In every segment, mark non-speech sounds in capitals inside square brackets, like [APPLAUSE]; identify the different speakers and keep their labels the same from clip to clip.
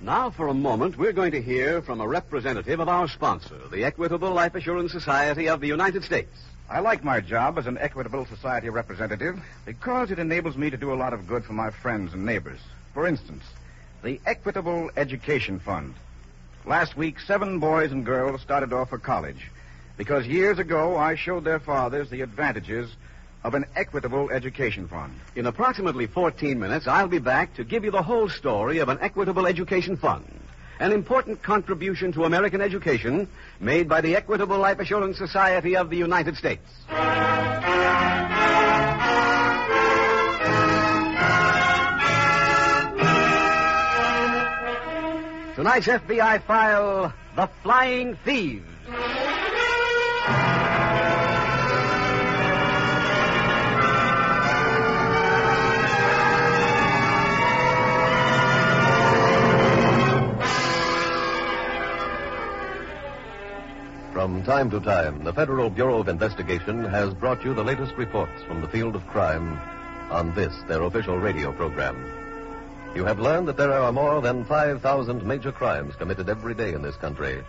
Speaker 1: Now, for a moment, we're going to hear from a representative of our sponsor, the Equitable Life Assurance Society of the United States.
Speaker 2: I like my job as an Equitable Society representative because it enables me to do a lot of good for my friends and neighbors. For instance, the Equitable Education Fund. Last week, seven boys and girls started off for college because years ago I showed their fathers the advantages of an Equitable Education Fund.
Speaker 1: In approximately 14 minutes, I'll be back to give you the whole story of an Equitable Education Fund, an important contribution to American education made by the Equitable Life Assurance Society of the United States. Tonight's FBI file The Flying Thieves.
Speaker 3: From time to time, the Federal Bureau of Investigation has brought you the latest reports from the field of crime on this, their official radio program. You have learned that there are more than 5,000 major crimes committed every day in this country.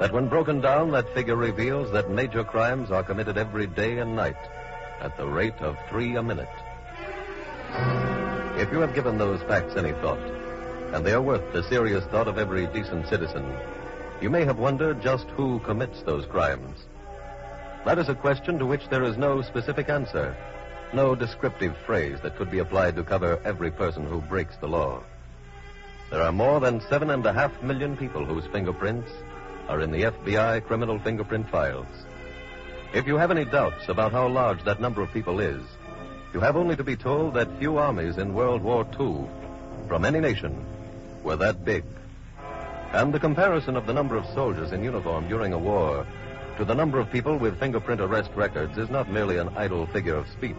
Speaker 3: That when broken down, that figure reveals that major crimes are committed every day and night at the rate of three a minute. If you have given those facts any thought, and they are worth the serious thought of every decent citizen, you may have wondered just who commits those crimes. That is a question to which there is no specific answer, no descriptive phrase that could be applied to cover every person who breaks the law. There are more than seven and a half million people whose fingerprints are in the FBI criminal fingerprint files. If you have any doubts about how large that number of people is, you have only to be told that few armies in World War II from any nation were that big. And the comparison of the number of soldiers in uniform during a war to the number of people with fingerprint arrest records is not merely an idle figure of speech.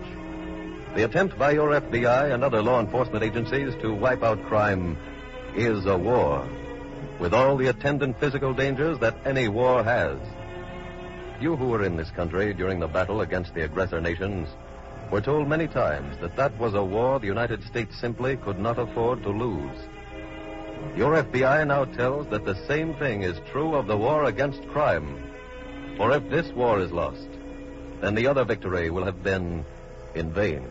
Speaker 3: The attempt by your FBI and other law enforcement agencies to wipe out crime is a war, with all the attendant physical dangers that any war has. You who were in this country during the battle against the aggressor nations were told many times that that was a war the United States simply could not afford to lose. Your FBI now tells that the same thing is true of the war against crime. For if this war is lost, then the other victory will have been in vain.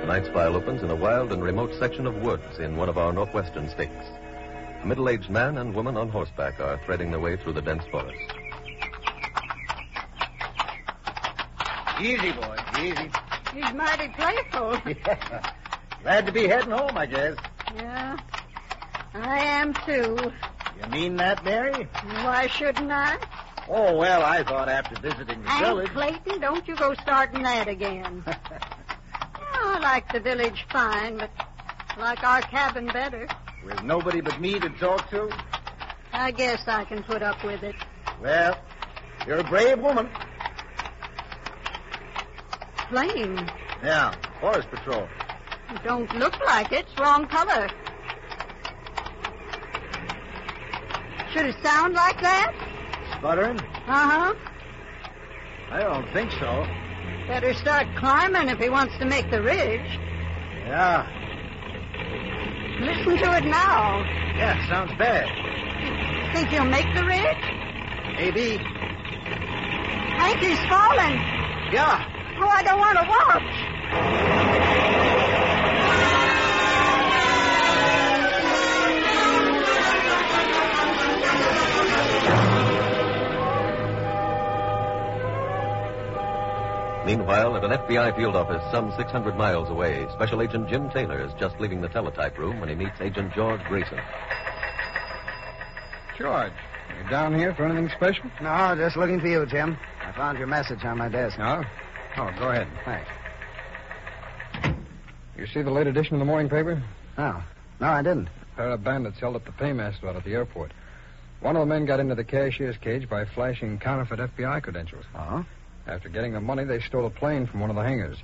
Speaker 3: Tonight's file opens in a wild and remote section of woods in one of our northwestern states. A middle aged man and woman on horseback are threading their way through the dense forest.
Speaker 4: Easy, boy. Easy. [LAUGHS]
Speaker 5: He's mighty playful.
Speaker 4: Glad to be heading home, I guess.
Speaker 5: yeah. I am too.
Speaker 4: You mean that, Mary?
Speaker 5: Why shouldn't I?
Speaker 4: Oh, well, I thought after visiting the
Speaker 5: Aunt
Speaker 4: village.
Speaker 5: Clayton, don't you go starting that again. oh, I like the village fine, but I like our cabin better.
Speaker 4: [LAUGHS] With nobody but me to talk to?
Speaker 5: I guess I can put up with it.
Speaker 4: Well, you're a brave woman.
Speaker 5: Plain.
Speaker 4: Yeah, Forest Patrol.
Speaker 5: It don't look like it. It's wrong color. Should it sound like that?
Speaker 4: Sputtering?
Speaker 5: Uh huh.
Speaker 4: I don't think so.
Speaker 5: Better start climbing if he wants to make the ridge.
Speaker 4: Yeah.
Speaker 5: Listen to it now.
Speaker 4: Yeah, sounds bad.
Speaker 5: Think he'll make the ridge?
Speaker 4: Maybe.
Speaker 5: Hank, he's falling.
Speaker 4: Yeah.
Speaker 5: Oh, I don't want to watch.
Speaker 3: Meanwhile, at an FBI field office some 600 miles away, Special Agent Jim Taylor is just leaving the teletype room when he meets Agent George Grayson.
Speaker 6: George, you down here for anything special?
Speaker 2: No, just looking for you, Jim. I found your message on my desk.
Speaker 6: No. Oh, go ahead.
Speaker 2: Thanks.
Speaker 6: You see the late edition of the morning paper?
Speaker 2: No. Oh, No, I didn't.
Speaker 6: pair of bandits held up the paymaster out at the airport. One of the men got into the cashier's cage by flashing counterfeit FBI credentials.
Speaker 2: Oh?
Speaker 6: After getting the money, they stole a plane from one of the hangars.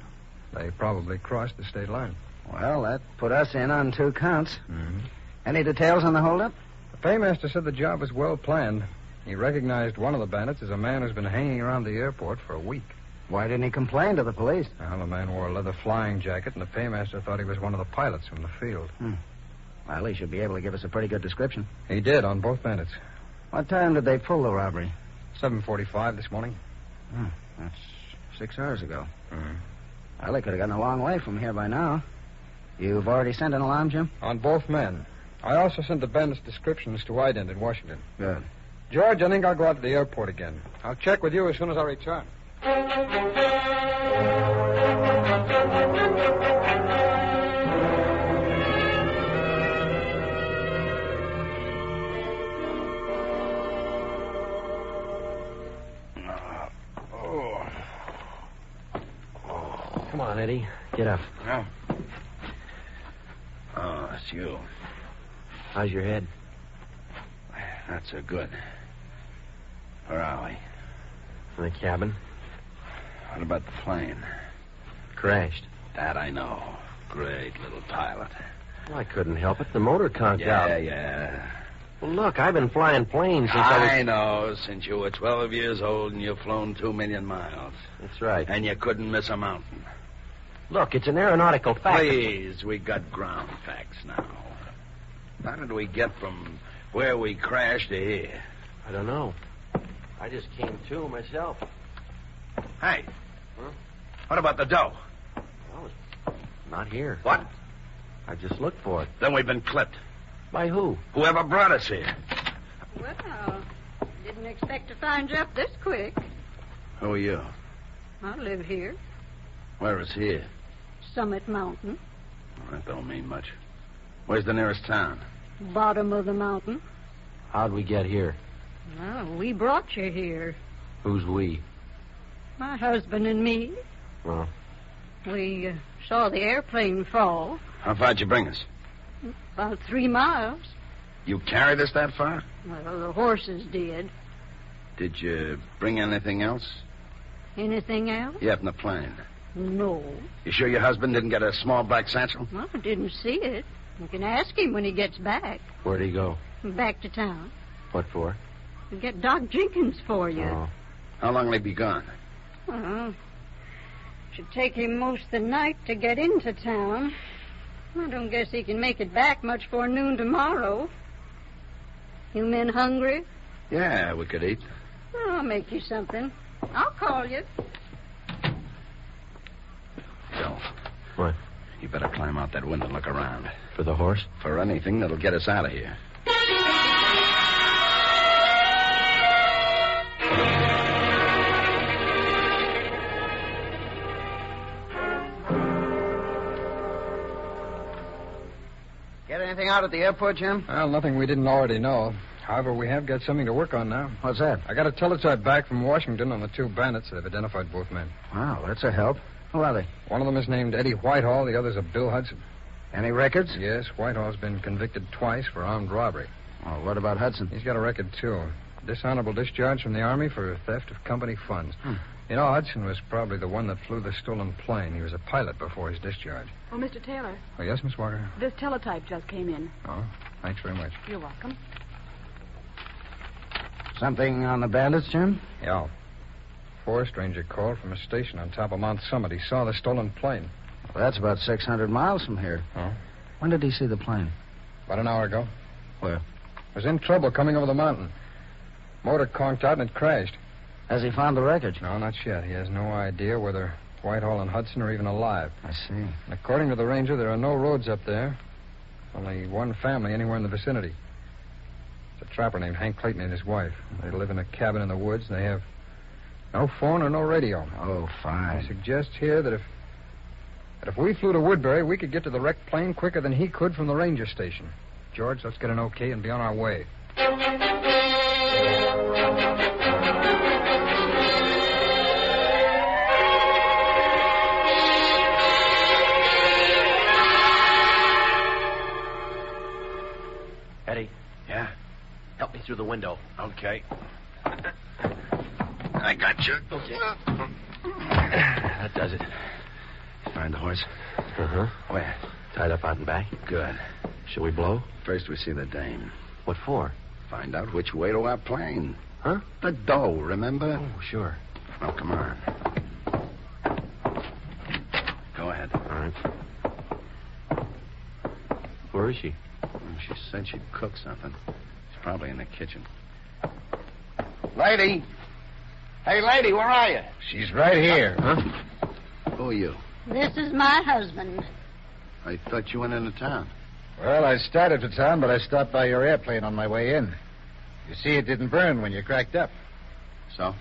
Speaker 6: They probably crossed the state line.
Speaker 2: Well, that put us in on two counts.
Speaker 6: Mm-hmm.
Speaker 2: Any details on the holdup?
Speaker 6: The paymaster said the job was well planned. He recognized one of the bandits as a man who's been hanging around the airport for a week.
Speaker 2: Why didn't he complain to the police?
Speaker 6: Well, the man wore a leather flying jacket, and the paymaster thought he was one of the pilots from the field.
Speaker 2: Hmm. Well, he should be able to give us a pretty good description.
Speaker 6: He did on both bandits.
Speaker 2: What time did they pull the robbery?
Speaker 6: 7:45 this morning.
Speaker 2: That's six hours ago.
Speaker 6: Mm-hmm.
Speaker 2: Well, they could have gotten a long way from here by now. You've already sent an alarm, Jim?
Speaker 6: On both men. I also sent the bandits' descriptions to Ident in Washington.
Speaker 2: Good.
Speaker 6: George, I think I'll go out to the airport again. I'll check with you as soon as I return. Uh, oh.
Speaker 2: Come on, Eddie. Get up.
Speaker 6: Oh, it's you.
Speaker 2: How's your head?
Speaker 6: Not so good. Where are we?
Speaker 2: In the cabin?
Speaker 6: What about the plane?
Speaker 2: Crashed.
Speaker 6: That I know. Great little pilot.
Speaker 2: Well, I couldn't help it. The motor conked out.
Speaker 6: Yeah, yeah.
Speaker 2: Well, look, I've been flying planes since I,
Speaker 6: I know. Since you were 12 years old and you've flown two million miles,
Speaker 2: was. That's right.
Speaker 6: and you couldn't miss a mountain.
Speaker 2: Look, it's an aeronautical fact.
Speaker 6: Please, we got ground facts now. How did we get from where we crashed to here?
Speaker 2: I don't know. I just came to myself.
Speaker 6: Hey,
Speaker 2: Huh?
Speaker 6: what about the dough?
Speaker 2: Well, it's not here.
Speaker 6: What?
Speaker 2: I just looked for it.
Speaker 6: Then we've been clipped.
Speaker 2: By who?
Speaker 6: Whoever brought us here.
Speaker 5: Well, didn't expect to find you up this quick.
Speaker 6: Who are you?
Speaker 5: I live here,
Speaker 6: Where is here?
Speaker 5: Summit Mountain,
Speaker 6: Well, that don't mean much. Where's the nearest town?
Speaker 5: bottom of the mountain.
Speaker 2: How'd we get here?
Speaker 5: Well, we brought you here.
Speaker 2: Who's we?
Speaker 5: My husband and me.
Speaker 2: Well,
Speaker 5: We uh, saw the airplane fall
Speaker 6: How far'd you bring us?
Speaker 5: about three miles.
Speaker 6: You carried us that far?
Speaker 5: Well, the horses did.
Speaker 6: Did you bring anything else?
Speaker 5: Anything else?
Speaker 6: Yeah, from the plane.
Speaker 5: No.
Speaker 6: You sure your husband didn't get a small black satchel?
Speaker 5: Well, I didn't see it. You can ask him when he gets back.
Speaker 2: where'd he go?
Speaker 5: Back to town.
Speaker 2: What for?
Speaker 5: We'll get Doc Jenkins for you.
Speaker 2: Oh.
Speaker 6: How long will he be gone?
Speaker 5: Well, Uh-huh. should take him most the night to get into town. I don't guess he can make it back much before noon tomorrow. You men hungry?
Speaker 6: Yeah, we could eat.
Speaker 5: Well, I'll make you something. I'll call you.
Speaker 6: Bill.
Speaker 2: What?
Speaker 6: You better climb out that window and look around
Speaker 2: For the horse?
Speaker 6: for anything that'll get us out of here.
Speaker 2: Get anything out at the airport, Jim?
Speaker 6: Well, nothing we didn't already know. However, we have got something to work on now.
Speaker 2: What's that?
Speaker 6: I got a teletype back from Washington on the two bandits that have identified both men.
Speaker 2: Wow, that's a help. Who are they?
Speaker 6: One of them is named Eddie Whitehall, the other's a Bill Hudson.
Speaker 2: Any records?
Speaker 6: Yes, Whitehall's been convicted twice for armed robbery.
Speaker 2: Oh, what about Hudson?
Speaker 6: He's got a record, too. Dishonorable discharge from the Army for theft of company funds.
Speaker 2: Hmm.
Speaker 6: You know, Hudson was probably the one that flew the stolen plane. He was a pilot before his discharge.
Speaker 7: Oh, Mr. Taylor,
Speaker 6: Oh, yes, Miss Walker?
Speaker 7: this teletype just came in.
Speaker 6: Oh, thanks very much.
Speaker 7: You're welcome.
Speaker 2: Something on the bandits, Jim?
Speaker 6: Yeah. Forest ranger called from a station on top of Mount Summit. He saw the stolen plane.
Speaker 2: Well, that's about 600 miles from here.
Speaker 6: Oh.
Speaker 2: When did he see the plane?
Speaker 6: About an hour ago.
Speaker 2: Where?
Speaker 6: Was in trouble coming over the mountain. Motor conked out and it crashed.
Speaker 2: Has he found the wreckage?
Speaker 6: No, not yet. He has no idea whether Whitehall and Hudson are even alive.
Speaker 2: I see.
Speaker 6: And according to the ranger, there are no roads up there. Only one family anywhere in the vicinity. It's a trapper named Hank Clayton and his wife. They live in a cabin in the woods, and they have
Speaker 8: No phone or no radio.
Speaker 6: Oh,
Speaker 8: I
Speaker 6: fine.
Speaker 8: suggest here that if that if we flew to Woodbury, we could get to the wrecked plane quicker than he could from the ranger station. George, let's get an okay and be on our way.
Speaker 9: Eddie. Yeah? Help me through the window. Okay. I got you. Okay. [CLEARS THROAT] That does it. Find the horse. Uh huh. Where? Tied up out and back. Good. Shall we blow?
Speaker 2: First, we see the dame.
Speaker 9: What for?
Speaker 2: Find out which way to our plane.
Speaker 9: Huh?
Speaker 2: The dough, remember?
Speaker 9: Oh, sure.
Speaker 2: Oh, come on. Go ahead.
Speaker 9: All right. Where is she?
Speaker 2: Mm, She said she'd cook something. She's probably in the kitchen. Lady! Hey, lady, where are you?
Speaker 8: She's right here.
Speaker 2: Who are you?
Speaker 5: This is my husband.
Speaker 2: I thought you went into town.
Speaker 8: Well, I started for town, but I stopped by your airplane on my way in. You see, it didn't burn when you cracked up.
Speaker 2: So?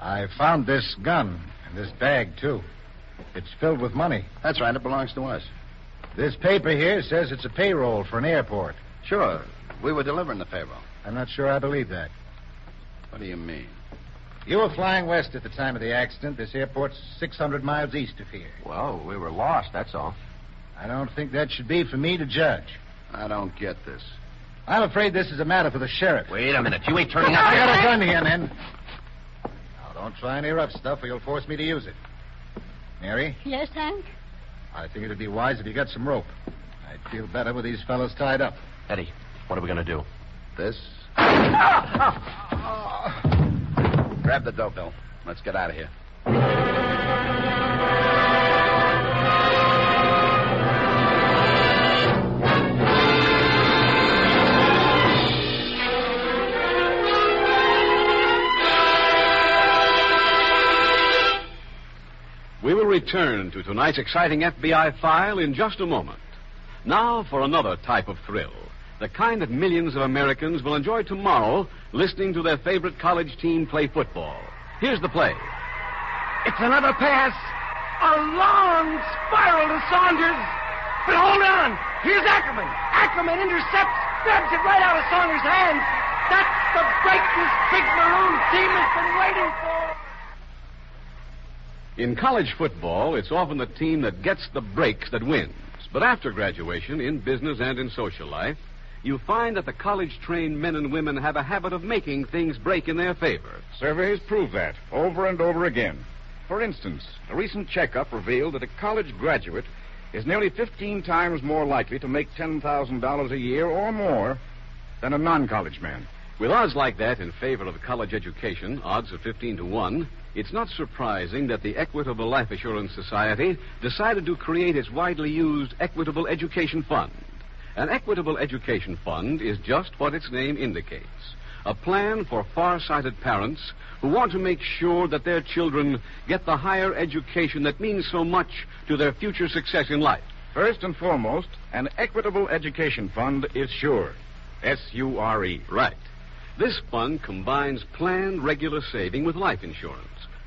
Speaker 8: I found this gun and this bag, too. It's filled with money.
Speaker 2: That's right, it belongs to us.
Speaker 8: This paper here says it's a payroll for an airport.
Speaker 2: Sure, we were delivering the payroll.
Speaker 8: I'm not sure I believe that.
Speaker 2: What do you mean?
Speaker 8: You were flying west at the time of the accident. This airport's 600 miles east of here.
Speaker 9: Well, we were lost, that's all.
Speaker 8: I don't think that should be for me to judge.
Speaker 2: I don't get this.
Speaker 8: I'm afraid this is a matter for the sheriff.
Speaker 9: Wait a minute. You ain't turning
Speaker 8: I got a gun here, men. Now, don't try any rough stuff or you'll force me to use it. Mary,
Speaker 5: Yes, Hank?
Speaker 8: I think it'd be wise if you got some rope. I'd feel better with these fellows tied up.
Speaker 9: Eddie, what are we going to do?
Speaker 2: This? Grab the dough, Bill. Let's get out of here.
Speaker 1: We will return to tonight's exciting FBI file in just a moment. Now for another type of thrill, the kind that millions of Americans will enjoy tomorrow listening to their favorite college team play football. Here's the play. It's another pass. A long spiral to Saunders. But hold on. Here's Ackerman. Ackerman intercepts, grabs it right out of Saunders' hands. That's the break this big maroon team has been waiting for. In college football, it's often the team that gets the breaks that wins. But after graduation, in business and in social life, you find that the college trained men and women have a habit of making things break in their favor.
Speaker 10: Surveys prove that over and over again. For instance, a recent checkup revealed that a college graduate is nearly 15 times more likely to make $10,000 a year or more than a non college man.
Speaker 1: With odds like that in favor of college education, odds of 15 to 1, it's not surprising that the Equitable Life Assurance Society decided to create its widely used Equitable Education Fund. An Equitable Education Fund is just what its name indicates a plan for far-sighted parents who want to make sure that their children get the higher education that means so much to their future success in life.
Speaker 10: First and foremost, an equitable education fund is sure. S U R E.
Speaker 1: Right. This fund combines planned regular saving with life insurance.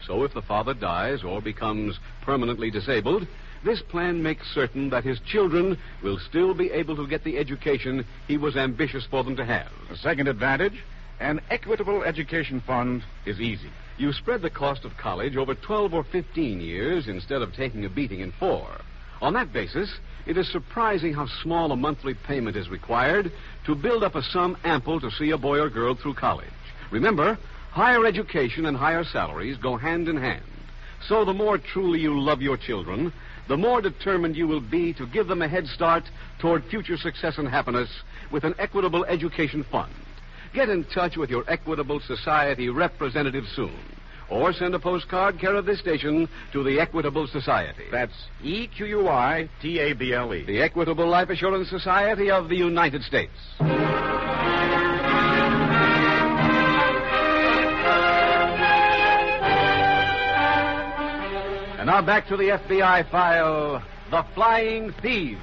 Speaker 1: So if the father dies or becomes permanently disabled, this plan makes certain that his children will still be able to get the education he was ambitious for them to have.
Speaker 10: The second advantage an equitable education fund is easy.
Speaker 1: You spread the cost of college over 12 or 15 years instead of taking a beating in four. On that basis, it is surprising how small a monthly payment is required to build up a sum ample to see a boy or girl through college. Remember, higher education and higher salaries go hand in hand. So the more truly you love your children, the more determined you will be to give them a head start toward future success and happiness with an equitable education fund. Get in touch with your Equitable Society representative soon. Or send a postcard care of this station to the Equitable Society.
Speaker 10: That's E Q U I T A B L E.
Speaker 1: the Equitable Life Assurance Society of the United States. And now back to the FBI file The Flying Thieves.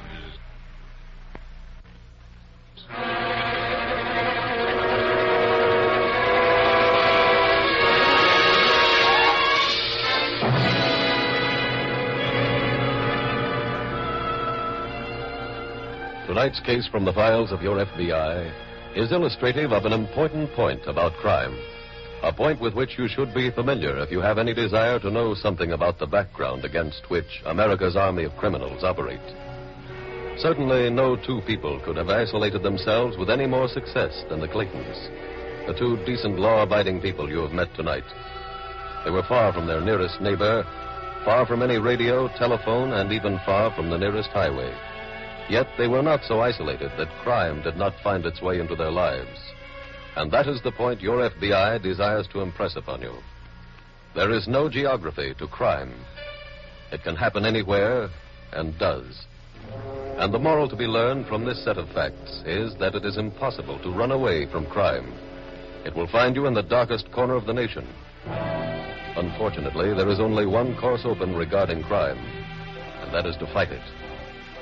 Speaker 3: tonight's case from the files of your FBI is illustrative of an important point about crime. A point with which you should be familiar if you have any desire to know something about the background against which America's army of criminals operate. Certainly, no two people could have isolated themselves with any more success than the Claytons, the two decent law abiding people you have met tonight. They were far from their nearest neighbor, far from any radio, telephone, and even far from the nearest highway. Yet they were not so isolated that crime did not find its way into their lives. And that is the point your FBI desires to impress upon you. There is no geography to crime. It can happen anywhere and does. And the moral to be learned from this set of facts is that it is impossible to run away from crime. It will find you in the darkest corner of the nation. Unfortunately, there is only one course open regarding crime, and that is to fight it.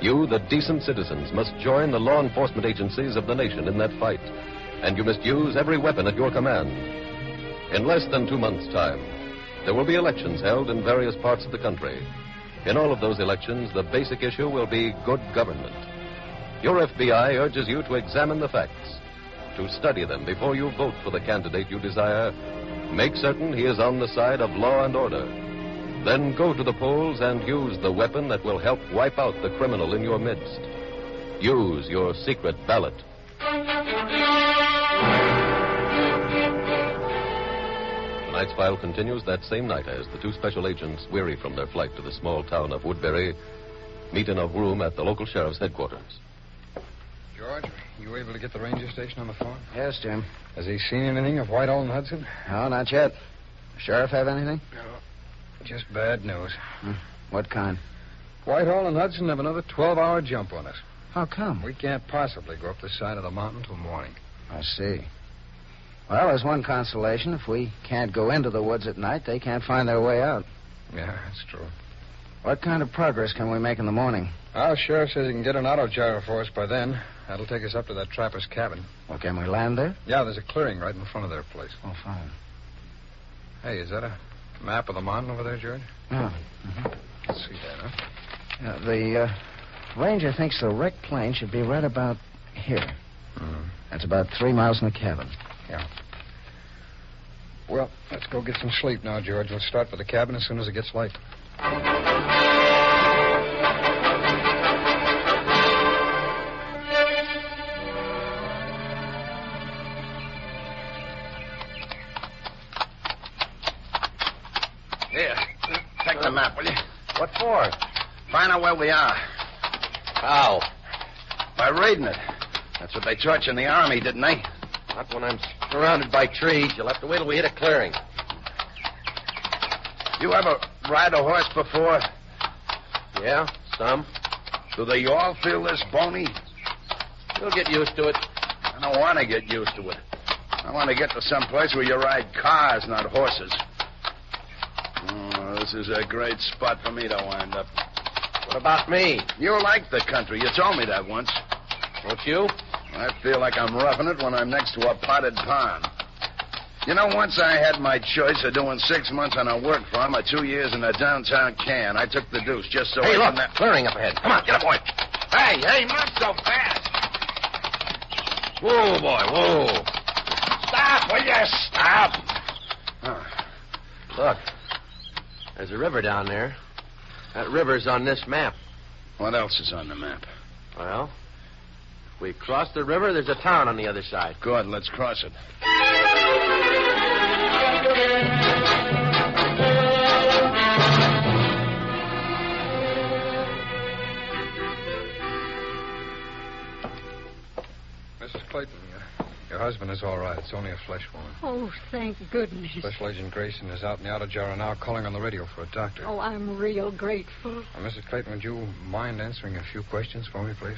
Speaker 3: You, the decent citizens, must join the law enforcement agencies of the nation in that fight, and you must use every weapon at your command. In less than two months' time, there will be elections held in various parts of the country. In all of those elections, the basic issue will be good government. Your FBI urges you to examine the facts, to study them before you vote for the candidate you desire. Make certain he is on the side of law and order. Then go to the polls and use the weapon that will help wipe out the criminal in your midst. Use your secret ballot. Tonight's file continues that same night as the two special agents, weary from their flight to the small town of Woodbury, meet in a room at the local sheriff's headquarters.
Speaker 6: George, you able to get the ranger station on the phone?
Speaker 4: Yes, Jim.
Speaker 6: Has he seen anything of Whitehall and Hudson?
Speaker 4: No, not yet. Sheriff have anything?
Speaker 6: Just bad news.
Speaker 4: What kind?
Speaker 6: Whitehall and Hudson have another 12 hour jump on us.
Speaker 4: How Oh, come?
Speaker 6: We can't possibly go up this side of the mountain till morning.
Speaker 4: I see. Well, there's one consolation. If we can't go into the woods at night, they can't find their way out.
Speaker 6: Yeah, that's true.
Speaker 4: What kind of progress can we make in the morning?
Speaker 6: Our sheriff says he can get an auto gyro for us by then. That'll take us up to that trapper's cabin.
Speaker 4: Well, can we land there?
Speaker 6: Yeah, there's a clearing right in front of their place.
Speaker 4: Oh, fine.
Speaker 6: Hey, is that a map of the mountain over there, George?
Speaker 4: Yeah.
Speaker 6: Let's see that, huh?
Speaker 4: Uh, the uh, ranger thinks the wrecked plane should be right about here.
Speaker 6: Mm.
Speaker 4: That's about three miles from the cabin.
Speaker 6: Well, let's go get some sleep now, George. We'll start for the cabin as soon as it gets light.
Speaker 8: Here, take the map, will you? What for? Find out where we are. How? By reading it. That's what they taught you in the army, didn't they?
Speaker 9: Not when I'm surrounded by trees. You'll have to wait till we hit a clearing.
Speaker 8: You ever ride a horse before?
Speaker 9: Yeah, some.
Speaker 8: Do they all feel this bony?
Speaker 9: You'll get used to it.
Speaker 8: I don't want to get used to it. I want to get to some place where you ride cars, not horses. Oh, this is a great spot for me to wind up.
Speaker 9: What about me?
Speaker 8: You like the country. You told me that once.
Speaker 9: Don't you?
Speaker 8: I feel like I'm roughing it when I'm next to a potted pond. You know, once I had my choice of doing six months on a work farm or two years in a downtown can. I took the deuce just so
Speaker 9: hey,
Speaker 8: I
Speaker 9: look,
Speaker 8: didn't have-
Speaker 9: clearing up ahead. Come on, get up, boy. Hey, hey, not so fast. Whoa, boy, whoa. Stop, will you stop? Look, there's a river down there. That river's on this map.
Speaker 8: What else is on the map?
Speaker 9: Well, if we cross the river, there's a town on the other side.
Speaker 8: Good, let's cross it.
Speaker 6: Mrs. Clayton, your, your husband is all right. It's only a flesh wound.
Speaker 5: Oh, thank goodness.
Speaker 6: Special Agent Grayson is out in the auto gyro now calling on the radio for a doctor.
Speaker 5: Oh, I'm real grateful.
Speaker 6: Now, Mrs. Clayton, would you mind answering a few questions for me, please?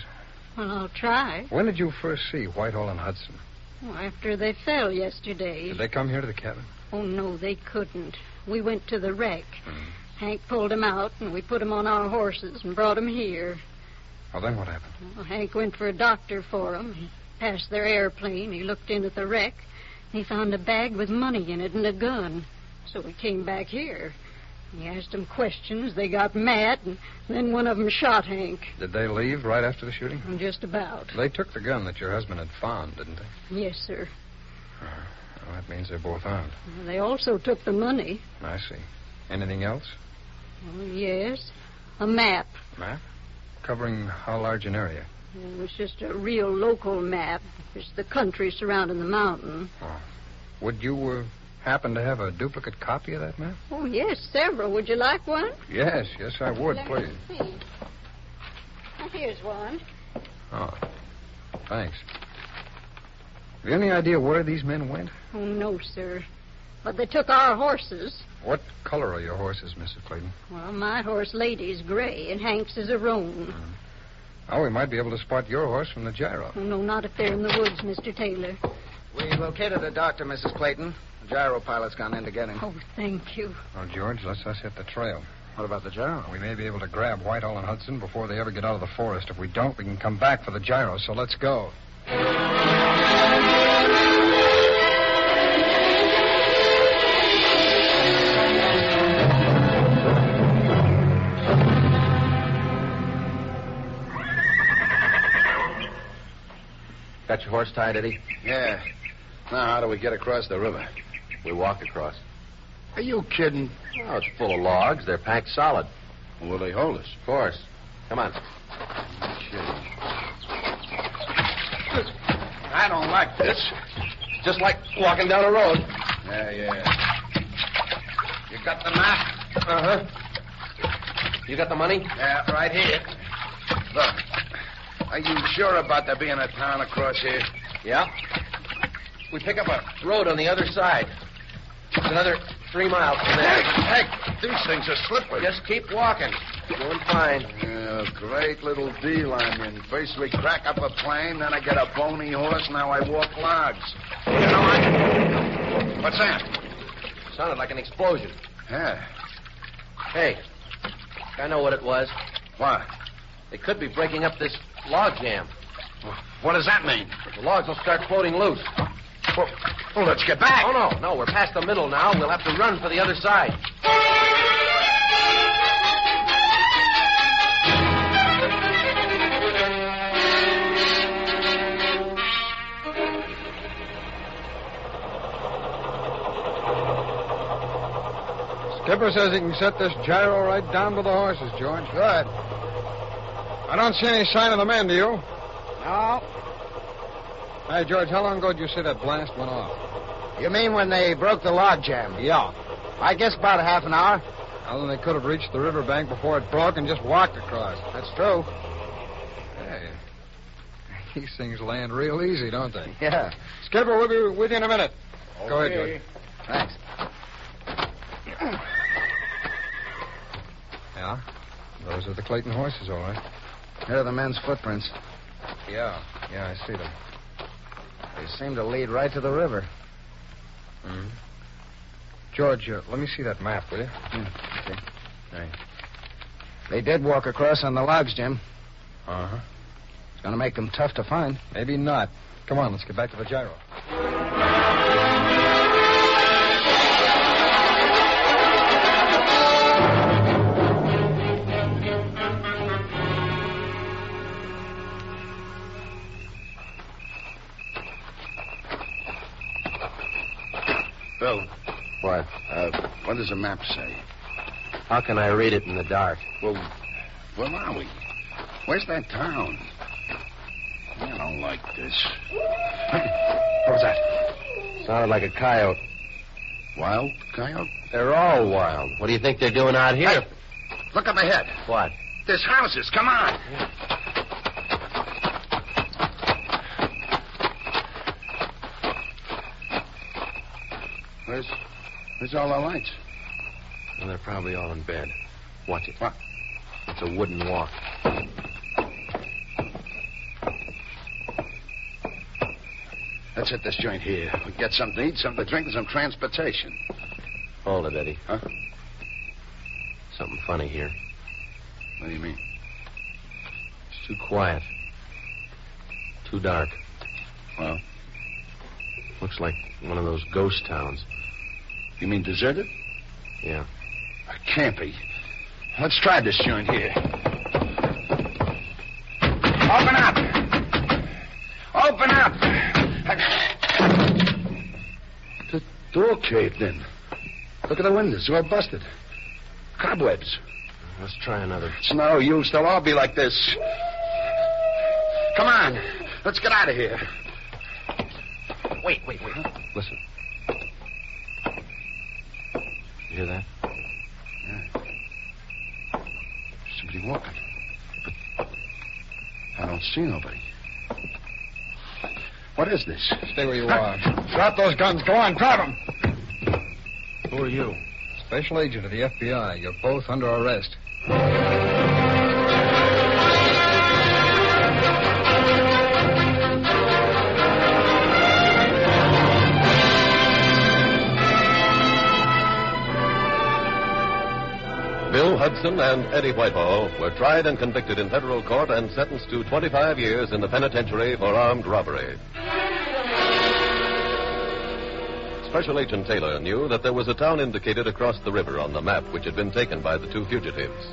Speaker 5: Well, I'll try.
Speaker 6: When did you first see Whitehall and Hudson?
Speaker 5: Well, after they fell yesterday.
Speaker 6: Did they come here to the cabin?
Speaker 5: Oh, no, they couldn't. We went to the wreck.
Speaker 6: Mhm.
Speaker 5: Hank pulled 'em out, and we put 'em on our horses and brought 'em here.
Speaker 6: Well, Oh, then what happened?
Speaker 5: Well, Hank went for a doctor for 'em. He passed their airplane. He looked in at the wreck. He found a bag with money in it and a gun. So we came back here. He asked them questions. They got mad, and then one of them shot Hank.
Speaker 6: Did they leave right after the shooting?
Speaker 5: Just about.
Speaker 6: They took the gun that your husband had found, didn't they?
Speaker 5: Yes, sir.
Speaker 6: Well, that means they're both armed.
Speaker 5: They also took the money.
Speaker 6: I see. Anything else?
Speaker 5: Oh, yes. A map.
Speaker 6: Map? Covering how large an area?
Speaker 5: It was just a real local map. It's the country surrounding the mountain.
Speaker 6: Would you uh, happen to have a duplicate copy of that map?
Speaker 5: Oh, yes, several. Would you like one?
Speaker 6: Yes, yes, I would,
Speaker 5: Let me
Speaker 6: please.
Speaker 5: see. Now, Here's one.
Speaker 6: Oh, thanks. Have you any idea where these men went?
Speaker 5: Oh, no, sir. But they took our horses.
Speaker 6: What color are your horses, Mrs. Clayton?
Speaker 5: Well, my horse, Lady's gray, and Hank's is a roan.
Speaker 6: Oh, we might be able to spot your horse from the gyro.
Speaker 5: Oh, no, not if they're in the woods, Mr. Taylor.
Speaker 4: We located a doctor, Mrs. Clayton. The gyro pilot's gone in to get him.
Speaker 5: Oh, thank you.
Speaker 6: Well, George, let's us hit the trail. What about the gyro? We may be able to grab Whitehall and Hudson before they ever get out of the forest. If we don't, we can come back for the gyro, so let's go.
Speaker 3: Got your horse tied, Eddie?
Speaker 8: Yeah. Now, how do we get across the river?
Speaker 3: We walked across.
Speaker 8: Are you kidding?
Speaker 3: Oh, it's full of logs. They're packed solid.
Speaker 8: Will they hold us?
Speaker 3: Of course. Come on.
Speaker 8: I don't like this.
Speaker 3: Just like walking down a road.
Speaker 8: Yeah, yeah.
Speaker 3: You got the map? Uh huh. You got the money?
Speaker 8: Yeah, right here. Look. Are you sure about there being a town across here?
Speaker 3: Yeah. We pick up a road on the other side. It's another three miles from
Speaker 8: Hey,
Speaker 3: there.
Speaker 8: hey, these things are slippery.
Speaker 3: Just keep walking. You're doing fine.
Speaker 8: Yeah, great little deal I'm in. First we crack up a plane, then I get a bony horse, now I walk logs. You know I... What's that?
Speaker 3: Sounded like an explosion.
Speaker 8: Yeah.
Speaker 3: Hey, I know what it was.
Speaker 8: What?
Speaker 3: They could be breaking up this log jam.
Speaker 8: What does that mean?
Speaker 3: The logs will start floating loose.
Speaker 8: Well, well let's get back.
Speaker 3: Oh, no, no. We're past the middle now. We'll have to run for the other side.
Speaker 6: Skipper says he can set this gyro right down to the horses, George. Good. I don't see any sign of the men, do you?
Speaker 4: No.
Speaker 6: Hey, George, how long ago did you say that blast went off?
Speaker 4: You mean when they broke the log jam?
Speaker 6: Yeah.
Speaker 4: I guess about half an hour.
Speaker 6: Well, then they could have reached the riverbank before it broke and just walked across.
Speaker 4: That's true.
Speaker 6: Hey. [LAUGHS] These things land real easy, don't they?
Speaker 4: Yeah.
Speaker 6: Skipper, we'll be with you in a minute. Go ahead, George.
Speaker 4: Thanks.
Speaker 6: Yeah? Those are the Clayton horses, all right.
Speaker 4: Here are the men's footprints.
Speaker 6: Yeah. Yeah, I see them.
Speaker 4: They seem to lead right to the river.
Speaker 6: hmm George, uh, let me see that map, will you?
Speaker 4: They did walk across on the logs, Jim.
Speaker 6: Uh-huh.
Speaker 4: It's going to make them tough to find.
Speaker 6: Maybe not. Come on, let's get back to the gyro.
Speaker 8: Bill,
Speaker 3: What?
Speaker 8: uh, what does the map say?
Speaker 3: How can I read it in the dark?
Speaker 8: Well, where are we? Where's that town? I don't like this. What was that?
Speaker 3: Sounded like a coyote.
Speaker 8: Wild coyote?
Speaker 3: They're all wild. What do you think they're doing out here?
Speaker 8: Look up ahead.
Speaker 3: What?
Speaker 8: There's houses. Come on. Where's where's all the lights?
Speaker 3: Well, they're probably all in bed. Watch it.
Speaker 8: What?
Speaker 3: It's a wooden walk.
Speaker 8: Let's hit this joint here. We get something to eat, something to drink, and some transportation.
Speaker 3: Hold it, Eddie.
Speaker 8: Huh?
Speaker 3: Something funny here.
Speaker 8: What do you mean?
Speaker 3: It's too quiet. Too dark.
Speaker 8: Well,
Speaker 3: Looks like one of those ghost towns.
Speaker 8: you mean deserted?
Speaker 3: Yeah.
Speaker 8: It can't be. Let's try this joint here. Open up! Open up! The door caved in. Look at the windows. They're all busted. Cobwebs.
Speaker 11: Let's try another.
Speaker 8: It's no use. They'll all be like this. Come on. Let's get out of here.
Speaker 11: Wait, wait, wait.
Speaker 8: Listen.
Speaker 11: You hear that?
Speaker 8: Somebody walking. But I don't see nobody. What is this?
Speaker 6: Stay where you are. Drop those guns. Go on, drop them.
Speaker 11: Who are you?
Speaker 6: Special agent of the FBI. You're both under arrest.
Speaker 3: Bill Hudson and Eddie Whitehall were tried and convicted in federal court and sentenced to 25 years in the penitentiary for armed robbery. Special Agent Taylor knew that there was a town indicated across the river on the map which had been taken by the two fugitives.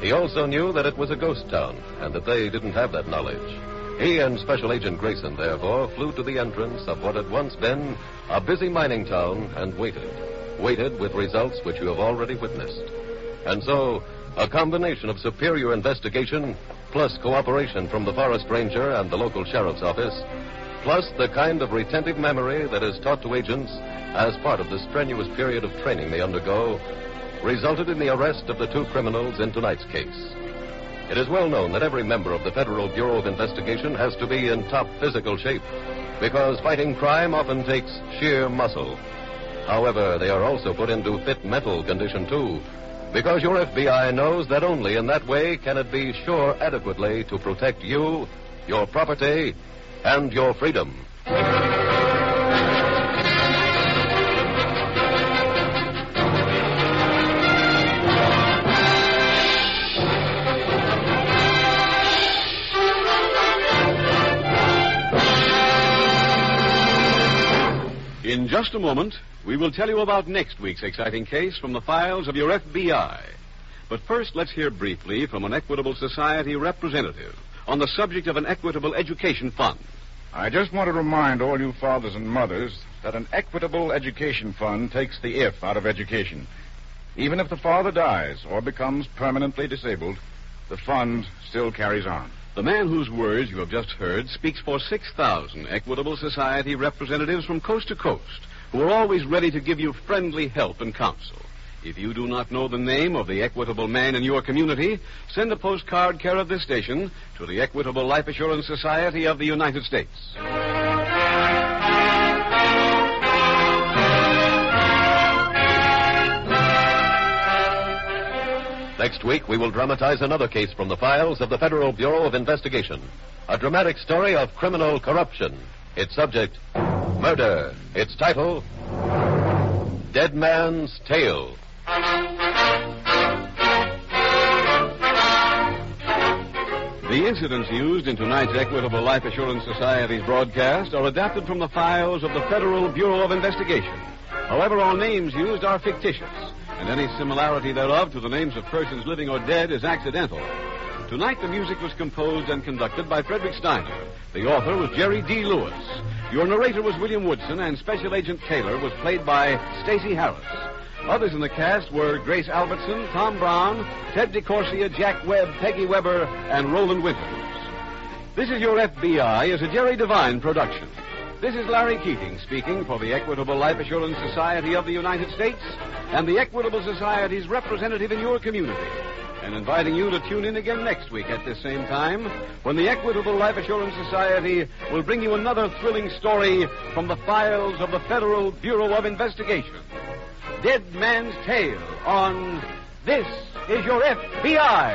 Speaker 3: He also knew that it was a ghost town and that they didn't have that knowledge. He and Special Agent Grayson, therefore, flew to the entrance of what had once been a busy mining town and waited. Waited with results which you have already witnessed. And so, a combination of superior investigation, plus cooperation from the forest ranger and the local sheriff's office, plus the kind of retentive memory that is taught to agents as part of the strenuous period of training they undergo, resulted in the arrest of the two criminals in tonight's case. It is well known that every member of the Federal Bureau of Investigation has to be in top physical shape because fighting crime often takes sheer muscle. However, they are also put into fit mental condition, too, because your FBI knows that only in that way can it be sure adequately to protect you, your property, and your freedom.
Speaker 1: In just a moment, we will tell you about next week's exciting case from the files of your FBI. But first, let's hear briefly from an Equitable Society representative on the subject of an Equitable Education Fund.
Speaker 2: I just want to remind all you fathers and mothers that an equitable education fund takes the if out of education. Even if the father dies or becomes permanently disabled, the fund still carries on.
Speaker 1: The man whose words you have just heard speaks for 6,000 Equitable Society representatives from coast to coast who are always ready to give you friendly help and counsel. If you do not know the name of the equitable man in your community, send a postcard care of this station to the Equitable Life Assurance Society of the United States.
Speaker 3: Next week, we will dramatize another case from the files of the Federal Bureau of Investigation. A dramatic story of criminal corruption. Its subject, murder. Its title, Dead Man's Tale.
Speaker 1: The incidents used in tonight's Equitable Life Assurance Society's broadcast are adapted from the files of the Federal Bureau of Investigation. However, all names used are fictitious, and any similarity thereof to the names of persons living or dead is accidental. Tonight, the music was composed and conducted by Frederick Steiner. The author was Jerry D. Lewis. Your narrator was William Woodson, and Special Agent Taylor was played by Stacy Harris. Others in the cast were Grace Albertson, Tom Brown, Ted DeCorsia, Jack Webb, Peggy Weber, and Roland Winters. This is Your FBI is a Jerry Devine production. This is Larry Keating speaking for the Equitable Life Assurance Society of the United States and the Equitable Society's representative in your community. And inviting you to tune in again next week at this same time when the Equitable Life Assurance Society will bring you another thrilling story from the files of the Federal Bureau of Investigation. Dead Man's Tale on This Is Your FBI.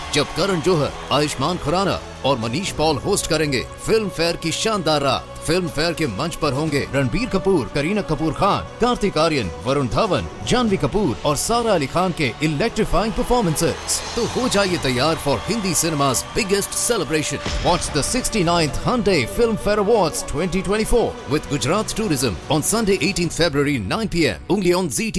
Speaker 12: जब करण जोहर आयुष्मान खुराना और Manish Paul host करेंगे Filmfare की शानदार रात Filmfare के मंच पर होंगे रणबीर कपूर करीना कपूर खान कार्तिक आर्यन वरुण धवन जानवी कपूर और सारा अली खान के इलेक्ट्रीफाइंग परफॉर्मेंसेस तो हो जाइए तैयार for Hindi cinema's biggest celebration. Watch the 69th Hyundai Film Fair Awards 2024 with Gujarat Tourism on Sunday 18th February 9 p.m. only on ZT.